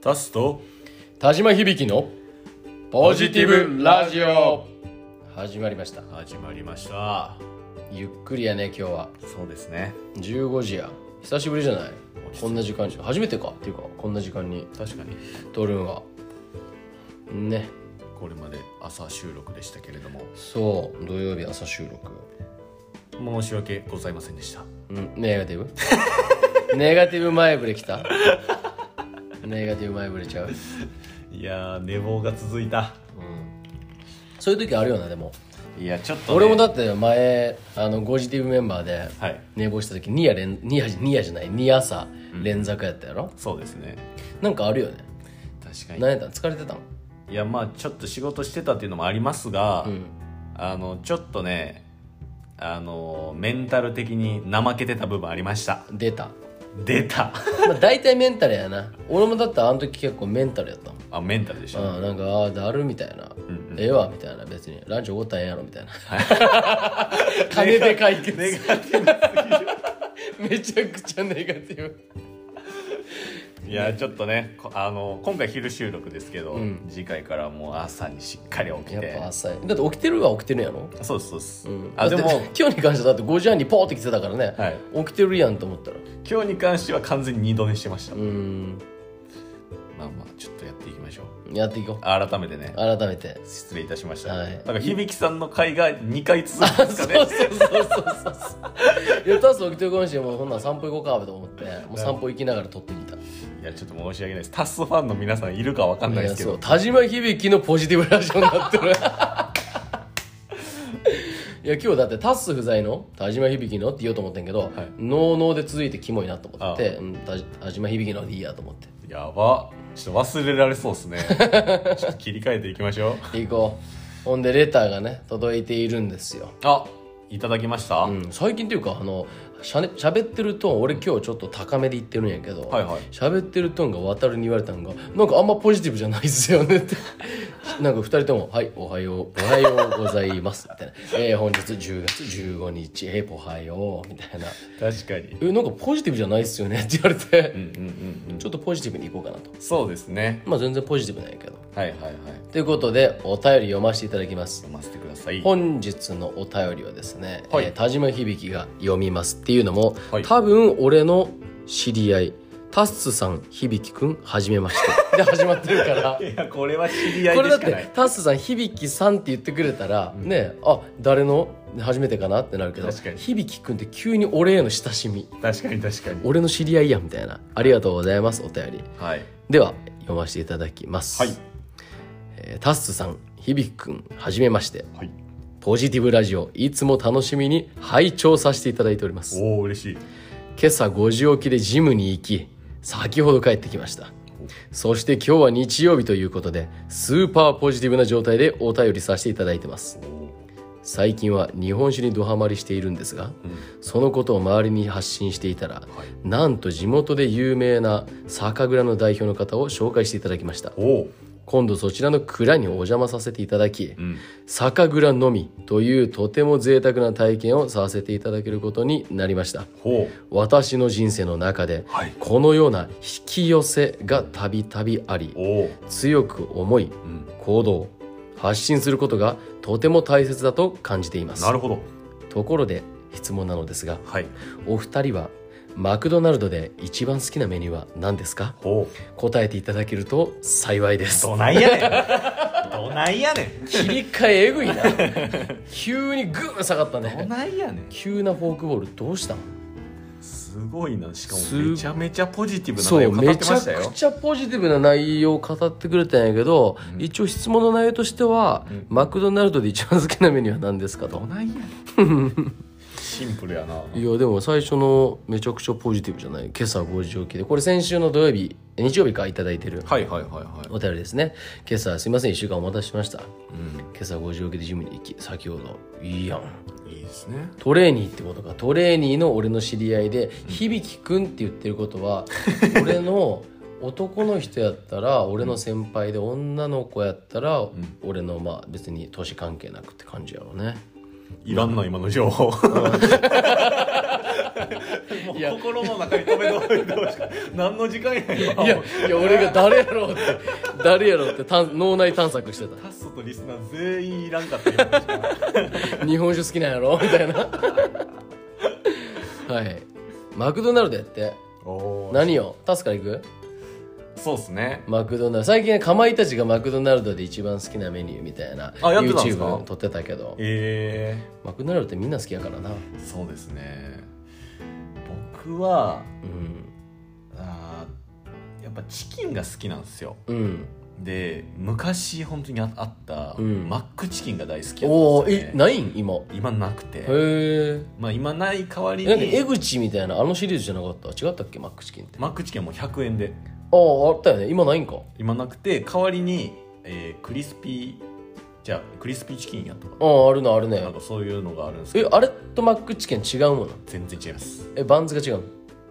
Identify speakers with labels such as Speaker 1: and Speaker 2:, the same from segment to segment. Speaker 1: タスと
Speaker 2: 田島響のポジティブラジオ始まりました
Speaker 1: 始まりました
Speaker 2: ゆっくりやね今日は
Speaker 1: そうですね
Speaker 2: 15時や久しぶりじゃないこんな時間に初めてかっていうかこんな時間に
Speaker 1: 確かに
Speaker 2: 撮るんはね
Speaker 1: これまで朝収録でしたけれども
Speaker 2: そう土曜日朝収録
Speaker 1: 申し訳ございませんでした
Speaker 2: うんネガティブ ネガティブ前触れきたネガティブ前触れちゃう
Speaker 1: いやー寝坊が続いた
Speaker 2: そういう時あるよなでも
Speaker 1: いやちょっとね、
Speaker 2: 俺もだって前あのゴジティブメンバーで
Speaker 1: はい
Speaker 2: 寝坊した時2夜連2夜2夜じゃない2朝連続やったやろ、
Speaker 1: そうですね
Speaker 2: なんかあるよね
Speaker 1: 確かに
Speaker 2: 何やったん疲れてたの
Speaker 1: いやまあちょっと仕事してたっていうのもありますが、あのちょっとねあのメンタル的に怠けてた部分ありました
Speaker 2: 出た、
Speaker 1: 出 た
Speaker 2: まあ、大体メンタルやな俺もだってあの時結構メンタルやったもん
Speaker 1: あメンタルでしょ
Speaker 2: ああなんかああだるみたいな、ええわみたいな別にランチおごったんやろみたい な金で解決
Speaker 1: ネガティ
Speaker 2: めちゃくちゃネガティブ
Speaker 1: ブいやちょっとねこあの今回昼収録ですけど、次回からもう朝にしっかり起き
Speaker 2: やってぱ浅いだって起きてるは起きてるんやろ
Speaker 1: そうですそうです、あで
Speaker 2: だっ
Speaker 1: も
Speaker 2: て今日に関してはだって5時半にポーって来てたからね、
Speaker 1: はい
Speaker 2: 起きてるやんと思ったら
Speaker 1: 今日に関しては完全に二度寝してました、
Speaker 2: うん
Speaker 1: まあまあちょっとやっていきましょう
Speaker 2: やっていこう
Speaker 1: 改めてね
Speaker 2: 改めて
Speaker 1: 失礼いたしました、
Speaker 2: はい
Speaker 1: だから響さんの回が2回続くんですかね
Speaker 2: そうそうそうそうそういやタス起きてるかもしれんもうほんなら散歩行こうかと思ってもう散歩行きながら撮ってみた
Speaker 1: いやちょっと申し訳ないですタスファンの皆さんいるかわかんない
Speaker 2: い
Speaker 1: です
Speaker 2: や
Speaker 1: け
Speaker 2: そ
Speaker 1: ど
Speaker 2: う田島響のポジティブラジオになって るいや今日だってタス不在の田島響のって言おうと思ってんけど
Speaker 1: い
Speaker 2: ノーノーで続いてキモいなと思ってうん田田島響のでいいやと思って
Speaker 1: やばちょっと忘れられそうです ねちょっと切り替えていきましょう
Speaker 2: 行こうほんでレターがね届いているんですよ、
Speaker 1: あいただきました、
Speaker 2: うん、最近というかあのしゃ、ね、喋ってるトーン俺今日ちょっと高めで言ってるんやけど、
Speaker 1: はいはい
Speaker 2: 喋ってるトーンが渡るに言われたんがなんかあんまポジティブじゃないっすよねって なんか2人とも「はいおはようおはようございます」みたいな「えー、本日10月15日えー、おはよう」みたいな「
Speaker 1: 確かに
Speaker 2: えなんかポジティブじゃないっすよね」って言われて、
Speaker 1: うんうんうん
Speaker 2: ちょっとポジティブにいこうかなと
Speaker 1: そうですね
Speaker 2: まあ全然ポジティブなんやけど
Speaker 1: はいはいはい
Speaker 2: ということでお便り読ませていただきます
Speaker 1: 読ませてください
Speaker 2: 本日のお便りはですね、
Speaker 1: はい
Speaker 2: えー田島響が読みますっていうのも、
Speaker 1: はい
Speaker 2: 多分俺の知り合いタッスさん響くんはじめまして で始まってるから
Speaker 1: いやこれは知り合
Speaker 2: こ
Speaker 1: いで
Speaker 2: れだっ
Speaker 1: してかない
Speaker 2: タッスさん響さんって言ってくれたら、ねあ誰の初めてかなってなるけど
Speaker 1: 確かに
Speaker 2: 響くんって急に俺への親しみ
Speaker 1: 確かに確かに
Speaker 2: 俺の知り合いやみたいなありがとうございますお便り
Speaker 1: はい
Speaker 2: では読ませていただきます、
Speaker 1: はい
Speaker 2: えータッスさん響くんはじめまして
Speaker 1: はい
Speaker 2: ポジティブラジオいつも楽しみに拝聴させていただいております
Speaker 1: おお嬉しい
Speaker 2: 今朝5時起きでジムに行き先ほど帰ってきましたそして今日は日曜日ということでスーパーポジティブな状態でお便りさせていただいてます最近は日本酒にドハマりしているんですが、そのことを周りに発信していたら、なんと地元で有名な酒蔵の代表の方を紹介していただきました
Speaker 1: おお
Speaker 2: 今度そちらの蔵にお邪魔させていただき、
Speaker 1: ん
Speaker 2: 酒蔵のみというとても贅沢な体験をさせていただけることになりました
Speaker 1: ほ
Speaker 2: 私の人生の中で、
Speaker 1: はい
Speaker 2: このような引き寄せがたびたびあり
Speaker 1: うおお
Speaker 2: 強く思い、行動発信することがとても大切だと感じています
Speaker 1: なるほど
Speaker 2: ところで質問なのですが
Speaker 1: はい
Speaker 2: お二人はマクドナルドで一番好きなメニューは何ですか
Speaker 1: ほ
Speaker 2: 答えていただけると幸 いです
Speaker 1: どないやねんどないやねん
Speaker 2: 切り替ええぐいな急にグーン下がった
Speaker 1: ど
Speaker 2: ね
Speaker 1: ないやねん
Speaker 2: 急なフォークボールどうしたの
Speaker 1: すごいなしか
Speaker 2: す
Speaker 1: もめちゃめちゃポジティブな内
Speaker 2: そ
Speaker 1: 容
Speaker 2: う
Speaker 1: 語ってま
Speaker 2: めちゃ
Speaker 1: した
Speaker 2: く
Speaker 1: よ
Speaker 2: ちゃポジティブな内容を語ってくれたんやけど、一応質問の内容としては、マクドナルドで一番好きなメニューは何ですかと、
Speaker 1: ないや シンプルやない
Speaker 2: やでも最初のめちゃくちゃポジティブじゃない今朝5時起きでこれ先週の土曜日え日曜日から頂いただいてる
Speaker 1: はいはいはいはい
Speaker 2: お便りですね今朝すいません1週間お待たせしました、今朝5時起きでジムに行き先ほどいいやん
Speaker 1: いいですね
Speaker 2: トレーニーってことかトレーニーの俺の知り合いで「響くん」って言ってること は俺の男の人やったら俺の先輩で女の子やったら俺のまあ別に年関係なくって感じやろうね。
Speaker 1: いらんな今の情報もう
Speaker 2: いや
Speaker 1: 心の中に留めといてほしかった何の時間やねん今
Speaker 2: いやいや俺が誰やろうって誰やろうってたん脳内探索してた
Speaker 1: タッソとリスナー全員いらんかった今
Speaker 2: 日本酒好きなんやろみ たいなはいマクドナルドやって
Speaker 1: おー
Speaker 2: 何よタスから行く
Speaker 1: そうっすね
Speaker 2: マクドナルド最近ねかまいたちがマクドナルドで一番好きなメニューみたいな
Speaker 1: あやってたんですか
Speaker 2: YouTube 撮ってたけど
Speaker 1: ええ
Speaker 2: マクドナルドってみんな好きやからな
Speaker 1: そうですね僕は
Speaker 2: うん
Speaker 1: あーやっぱチキンが好きなんですよ
Speaker 2: うん
Speaker 1: で昔本当にああった、
Speaker 2: うん
Speaker 1: マックチキンが大好きや
Speaker 2: お
Speaker 1: っ
Speaker 2: お
Speaker 1: たん
Speaker 2: ー
Speaker 1: ですよ、
Speaker 2: え
Speaker 1: ね、
Speaker 2: ないん今へ
Speaker 1: 今なくて、
Speaker 2: え
Speaker 1: まあ、今ない代わり
Speaker 2: なんか江
Speaker 1: に
Speaker 2: 口みたいなあのシリーズじゃなかった違ったっけマックチキンってあ
Speaker 1: マックチキンはもう100円で
Speaker 2: あーあったよね今ないんか
Speaker 1: 今なくて代わりに、えークリスピーじゃあクリスピーチキンやとか
Speaker 2: あああるのあるね
Speaker 1: なんかそういうのがあるんですけ
Speaker 2: え
Speaker 1: ど
Speaker 2: あれとマックチキン違うもの
Speaker 1: 全然違います
Speaker 2: えバンズが違うの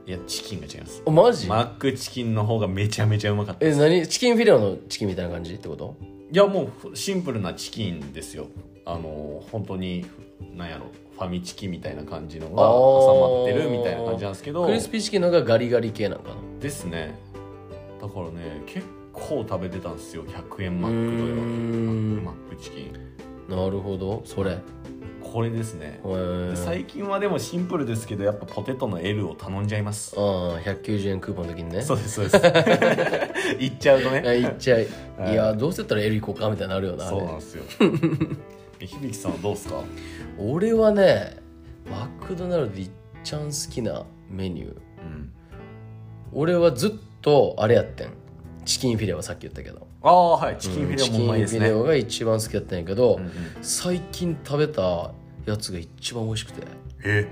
Speaker 1: いやチキンが違います
Speaker 2: おマジ
Speaker 1: マックチキンの方がめちゃめちゃうまかった
Speaker 2: え何チキンフィレオのチキンみたいな感じってこと
Speaker 1: いやもうシンプルなチキンですよあの本当になんやろファミチキみたいな感じのが
Speaker 2: あー
Speaker 1: 挟まってるみたいな感じなんですけど
Speaker 2: クリスピーチキンの方がガリガリ系なんかな
Speaker 1: ですねだからね結構食べてたんですよ100円
Speaker 2: う
Speaker 1: マ
Speaker 2: ー
Speaker 1: ックドよ
Speaker 2: ん
Speaker 1: マックチキン
Speaker 2: なるほどそれへ
Speaker 1: これですねで
Speaker 2: え
Speaker 1: 最近はでもシンプルですけどやっぱポテトの L を頼んじゃいます
Speaker 2: ああ190円クーポンの時にね
Speaker 1: そうですそうです 行っちゃうと
Speaker 2: あ
Speaker 1: ね
Speaker 2: いっちゃい
Speaker 1: はい
Speaker 2: いやどうせやったら L 行こうかみたいになるよなあ
Speaker 1: そうなん
Speaker 2: れ
Speaker 1: です よえ響さんはどうですか
Speaker 2: 俺はねマクドナルドでいっちゃん好きなメニュー
Speaker 1: うん
Speaker 2: 俺はずっとあれやってんチキンフィレオはさっき言ったけど
Speaker 1: ああはいチキンフィレオもうまい
Speaker 2: うん
Speaker 1: で
Speaker 2: チ
Speaker 1: す
Speaker 2: キンフィ
Speaker 1: ね
Speaker 2: レオが一番好きだったんやけど、
Speaker 1: うんうん
Speaker 2: 最近食べたやつが一番美味しくて
Speaker 1: え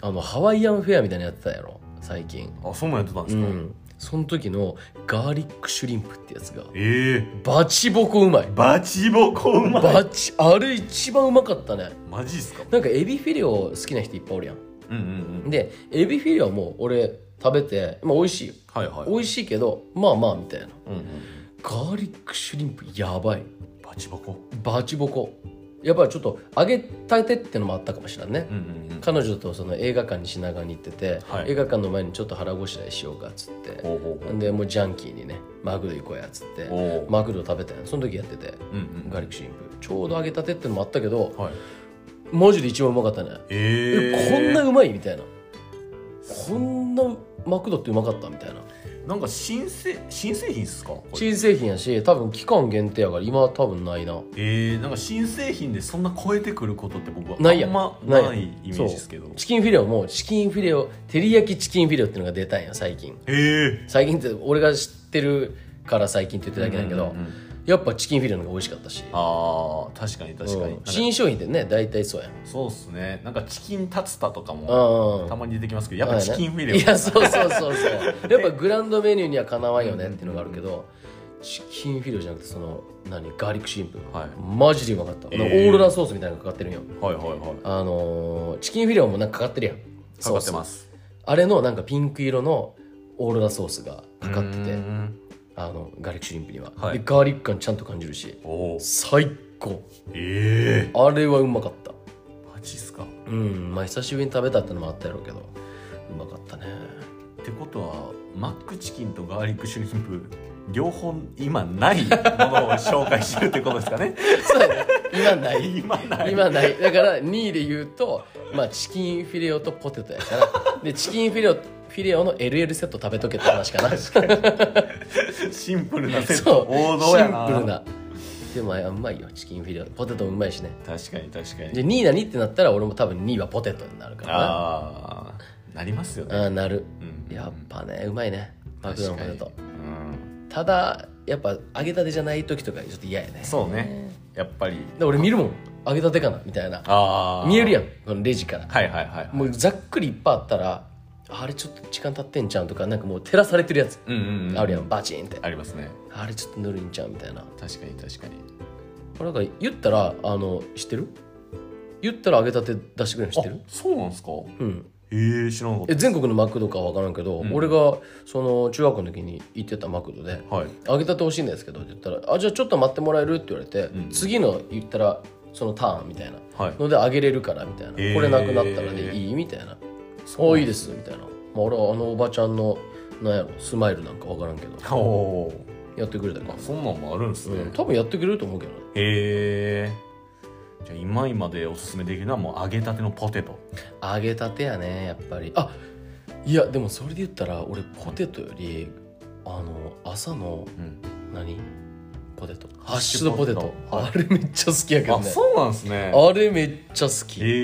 Speaker 2: あのハワイアンフェアみたいなのやってたやろ最近
Speaker 1: あそんなんやってたんで
Speaker 2: う
Speaker 1: すか、
Speaker 2: んその時のガーリックシュリンプってやつが
Speaker 1: ええ
Speaker 2: バチボコうまい
Speaker 1: バチボコうまい
Speaker 2: バチあれ一番うまかったね
Speaker 1: マジっすか
Speaker 2: なんかエビフィレオ好きな人いっぱいおるやん
Speaker 1: うんうんうん
Speaker 2: でエビフィレオも俺食べてまあ美味しいよ
Speaker 1: はいはい
Speaker 2: 美味しいけどまあまあみたいな
Speaker 1: うんうん、
Speaker 2: ガーリックシュリンプやばい
Speaker 1: バチボコ
Speaker 2: バチボコやっぱりちょっと揚げたてってのもあったかもしれないね、
Speaker 1: うんうんうん
Speaker 2: 彼女とその映画館に品川に行ってて、
Speaker 1: はい
Speaker 2: 映画館の前にちょっと腹ごしらえしようかっつって
Speaker 1: ほうほうほう
Speaker 2: でもうジャンキーにねマクド行こうやっつって
Speaker 1: おう
Speaker 2: マクド食べたやんその時やってて
Speaker 1: うんうん
Speaker 2: ガーリックシュリンプちょうど揚げたてってのもあったけど
Speaker 1: はい
Speaker 2: マジで一番うまかったね
Speaker 1: え
Speaker 2: え
Speaker 1: え
Speaker 2: こんなうまいみたいなこんなマクドってうまかったみたいな
Speaker 1: なんか新製新製品っすかこれ
Speaker 2: 新製品やし多分期間限定やから今は多分ないな
Speaker 1: えー、なんか新製品でそんな超えてくることって僕は
Speaker 2: ないや
Speaker 1: あんま
Speaker 2: ないや
Speaker 1: ないイメージですけど
Speaker 2: チキンフィレオもチキンフィレオ照り焼きチキンフィレオっていうのが出たんや最近
Speaker 1: ええ
Speaker 2: 最近って俺が知ってるから最近って言ってるだけだけ
Speaker 1: うん
Speaker 2: ど、
Speaker 1: うんうん
Speaker 2: やっぱチキンフィレオの方が美味しかったし
Speaker 1: あー確かに確かに、
Speaker 2: うん
Speaker 1: なんか
Speaker 2: 新商品ってね大体そうやん
Speaker 1: そうっすねなんかチキンタツタとかも
Speaker 2: うん
Speaker 1: たまに出てきますけどやっぱチキンフィレオ、
Speaker 2: いやそうそうそうそうやっぱグランドメニューにはかなわんよねっていうのがあるけどチキンフィレオじゃなくてその何ガーリックシュリンプ
Speaker 1: はい
Speaker 2: マジでうまかった、
Speaker 1: えー
Speaker 2: なんかオーロラソースみたいなのかかってるんよ
Speaker 1: はいはいはい
Speaker 2: あのーチキンフィレオもなんかかかってるやん
Speaker 1: かかってますす
Speaker 2: あれのなんかピンク色のオーロラソースがかかって
Speaker 1: う
Speaker 2: て
Speaker 1: ーん
Speaker 2: あのガーリックシュリンプには、
Speaker 1: はい
Speaker 2: でガーリック感ちゃんと感じるし
Speaker 1: おお
Speaker 2: 最高
Speaker 1: ええ
Speaker 2: あれはうまかった
Speaker 1: マジっすかっ
Speaker 2: うんまあ久しぶりに食べたってのもあったやろうけどうまかったね
Speaker 1: てことはマックチキンとガーリックシュリンプ両方今ないものを紹介してるってことですかね
Speaker 2: そうやね今ない
Speaker 1: 今ない
Speaker 2: 今ないだから2位で言うと、まあ、チキンフィレオとポテトやからでチキンフィレオフィレオの LL セット食べとけって話か な
Speaker 1: シンプルなセッ
Speaker 2: そ
Speaker 1: ト
Speaker 2: う
Speaker 1: 王道やな
Speaker 2: シンプルなでもうまいよチキンフィレオポテトもうまいしね
Speaker 1: 確かに確かに
Speaker 2: で2位何ってなったら俺も多分2位はポテトになるからな
Speaker 1: ああなりますよね
Speaker 2: ああなる
Speaker 1: うん
Speaker 2: やっぱねうまいねマクドのポテト
Speaker 1: うん
Speaker 2: ただやっぱ揚げたてじゃない時とかちょっと嫌やね
Speaker 1: そうねやっぱり
Speaker 2: で俺見るもん揚げたてかなみたいな
Speaker 1: ああ
Speaker 2: 見える
Speaker 1: や
Speaker 2: やんこのレジから
Speaker 1: はいはいはい
Speaker 2: もうざっくりいっぱいあったらあれちょっと時間経ってんじゃんとかなんかもう照らされてるやつ
Speaker 1: うんうんうん
Speaker 2: あるやんバチンって
Speaker 1: ありますね
Speaker 2: あれちょっとぬるいんちゃうみたいな
Speaker 1: 確かに確かに
Speaker 2: これだから言ったらあの知ってる言ったら揚げたて出してくれるの知ってる
Speaker 1: あそうなんですか
Speaker 2: うん
Speaker 1: ええ知らなかっ
Speaker 2: え全国のマクドかは分からんけど、
Speaker 1: うん
Speaker 2: 俺がその中学の時に行ってたマクドで
Speaker 1: たはい
Speaker 2: 揚げたて欲しいんですけどって言ったら「あじゃあちょっと待ってもらえる?」って言われて、
Speaker 1: うん
Speaker 2: 次の言ったらそのターンみたいな
Speaker 1: はい
Speaker 2: のであげれるからみたいな、
Speaker 1: えー
Speaker 2: これなくなったらでいいみたいな「そういいです」みたいなまあ、俺はあのおばちゃんのなんやろスマイルなんか分からんけど
Speaker 1: おお
Speaker 2: やってくれたか
Speaker 1: ーそんなんもあるんですね、
Speaker 2: うん、多分やってくれると思うけどな
Speaker 1: へえじゃあ今今でおすすめできるのはもう揚げたてのポテト
Speaker 2: 揚げたてやねやっぱりあいやでもそれで言ったら俺ポテトよりあの朝の
Speaker 1: うん
Speaker 2: 何ポテト
Speaker 1: ハ
Speaker 2: ハ
Speaker 1: ッ
Speaker 2: ッシ
Speaker 1: シ
Speaker 2: ュ
Speaker 1: ュ
Speaker 2: ド
Speaker 1: ド
Speaker 2: ポ
Speaker 1: ポ
Speaker 2: テ
Speaker 1: テ
Speaker 2: ト
Speaker 1: ト
Speaker 2: あれめっちゃ好きやけど
Speaker 1: あ
Speaker 2: ね
Speaker 1: そうなんですね
Speaker 2: あれめっちゃ好きあれ
Speaker 1: へ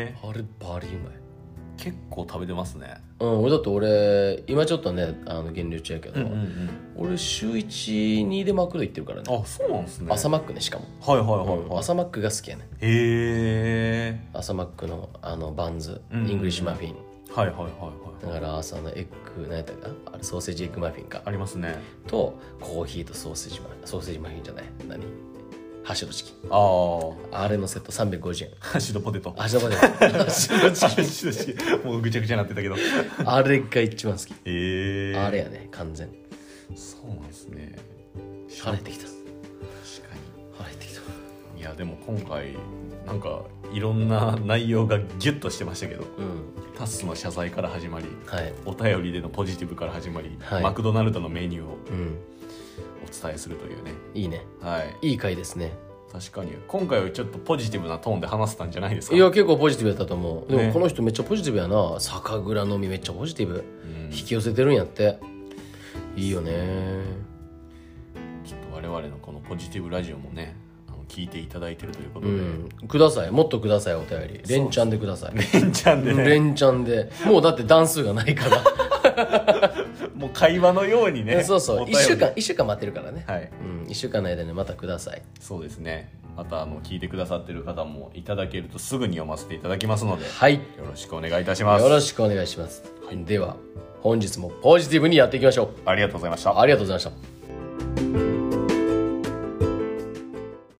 Speaker 1: え
Speaker 2: バリうまい
Speaker 1: 結構食べてますね
Speaker 2: うん俺だって俺今ちょっとねあの減量中やけど、
Speaker 1: ん
Speaker 2: 俺週12でマクド行ってるからね
Speaker 1: あそうなんですね
Speaker 2: 朝マックねしかも、
Speaker 1: はいはいはい
Speaker 2: うん
Speaker 1: はい
Speaker 2: 朝マックが好きやね
Speaker 1: へえ
Speaker 2: 朝マックのあのバンズ、
Speaker 1: うん
Speaker 2: イングリッシュマフィン
Speaker 1: はいはいはい
Speaker 2: だ
Speaker 1: はい
Speaker 2: から朝のエッグ何やったかあれソーセージエッグマフィンか
Speaker 1: ありますね
Speaker 2: とコーヒーとソーセージマソーセージマフィンじゃない何ハッシュドチキン
Speaker 1: あ あ
Speaker 2: あれのセット350円
Speaker 1: ハッシュドポテト
Speaker 2: あじゃあ待って ハッシュドチ
Speaker 1: ハッシュドチキンもうぐちゃぐちゃになってたけどへ
Speaker 2: キンあれが一番好き
Speaker 1: え
Speaker 2: あれやね完全
Speaker 1: そうなんですね
Speaker 2: 腹減ってきた
Speaker 1: 確か
Speaker 2: 腹減ってきた
Speaker 1: にいやでも今回なんかいろんな内容がギュッとしてましたけど
Speaker 2: うん
Speaker 1: タスの謝罪から始まり
Speaker 2: はい
Speaker 1: お便りでのポジティブから始まり、
Speaker 2: はい
Speaker 1: マクドナルドのメニューを
Speaker 2: うん
Speaker 1: お伝えするというね
Speaker 2: いいね
Speaker 1: はい
Speaker 2: いい回ですね
Speaker 1: 確かに今回はちょっとポジティブなトーンで話せたんじゃないですか
Speaker 2: いや結構ポジティブやったと思うでも
Speaker 1: ね
Speaker 2: この人めっちゃポジティブやな酒蔵飲みめっちゃポジティブ
Speaker 1: うん
Speaker 2: 引
Speaker 1: ちょ
Speaker 2: き寄せてるんやっていいよね
Speaker 1: っと我々のこのポジティブラジオもねあの聞いていただいてるということ
Speaker 2: う
Speaker 1: で、
Speaker 2: んくださいもっとくださいお便り連チャンでください
Speaker 1: レンちゃんでね
Speaker 2: 連チャンでもうだって段数がないから
Speaker 1: もう会話のように ね
Speaker 2: そうそう
Speaker 1: お
Speaker 2: 1
Speaker 1: 便り
Speaker 2: 週間一週間待ってるからね、
Speaker 1: はい
Speaker 2: うん、1週間の間にまたください
Speaker 1: そうですねまたあの聞いてくださってる方もいただけるとすぐに読ませていただきますので
Speaker 2: はいよ
Speaker 1: よろしくお願いいたします
Speaker 2: ろしくお願いします、では本日もポジティブにやっていきましょう
Speaker 1: ありがとうございました
Speaker 2: ありがとうございました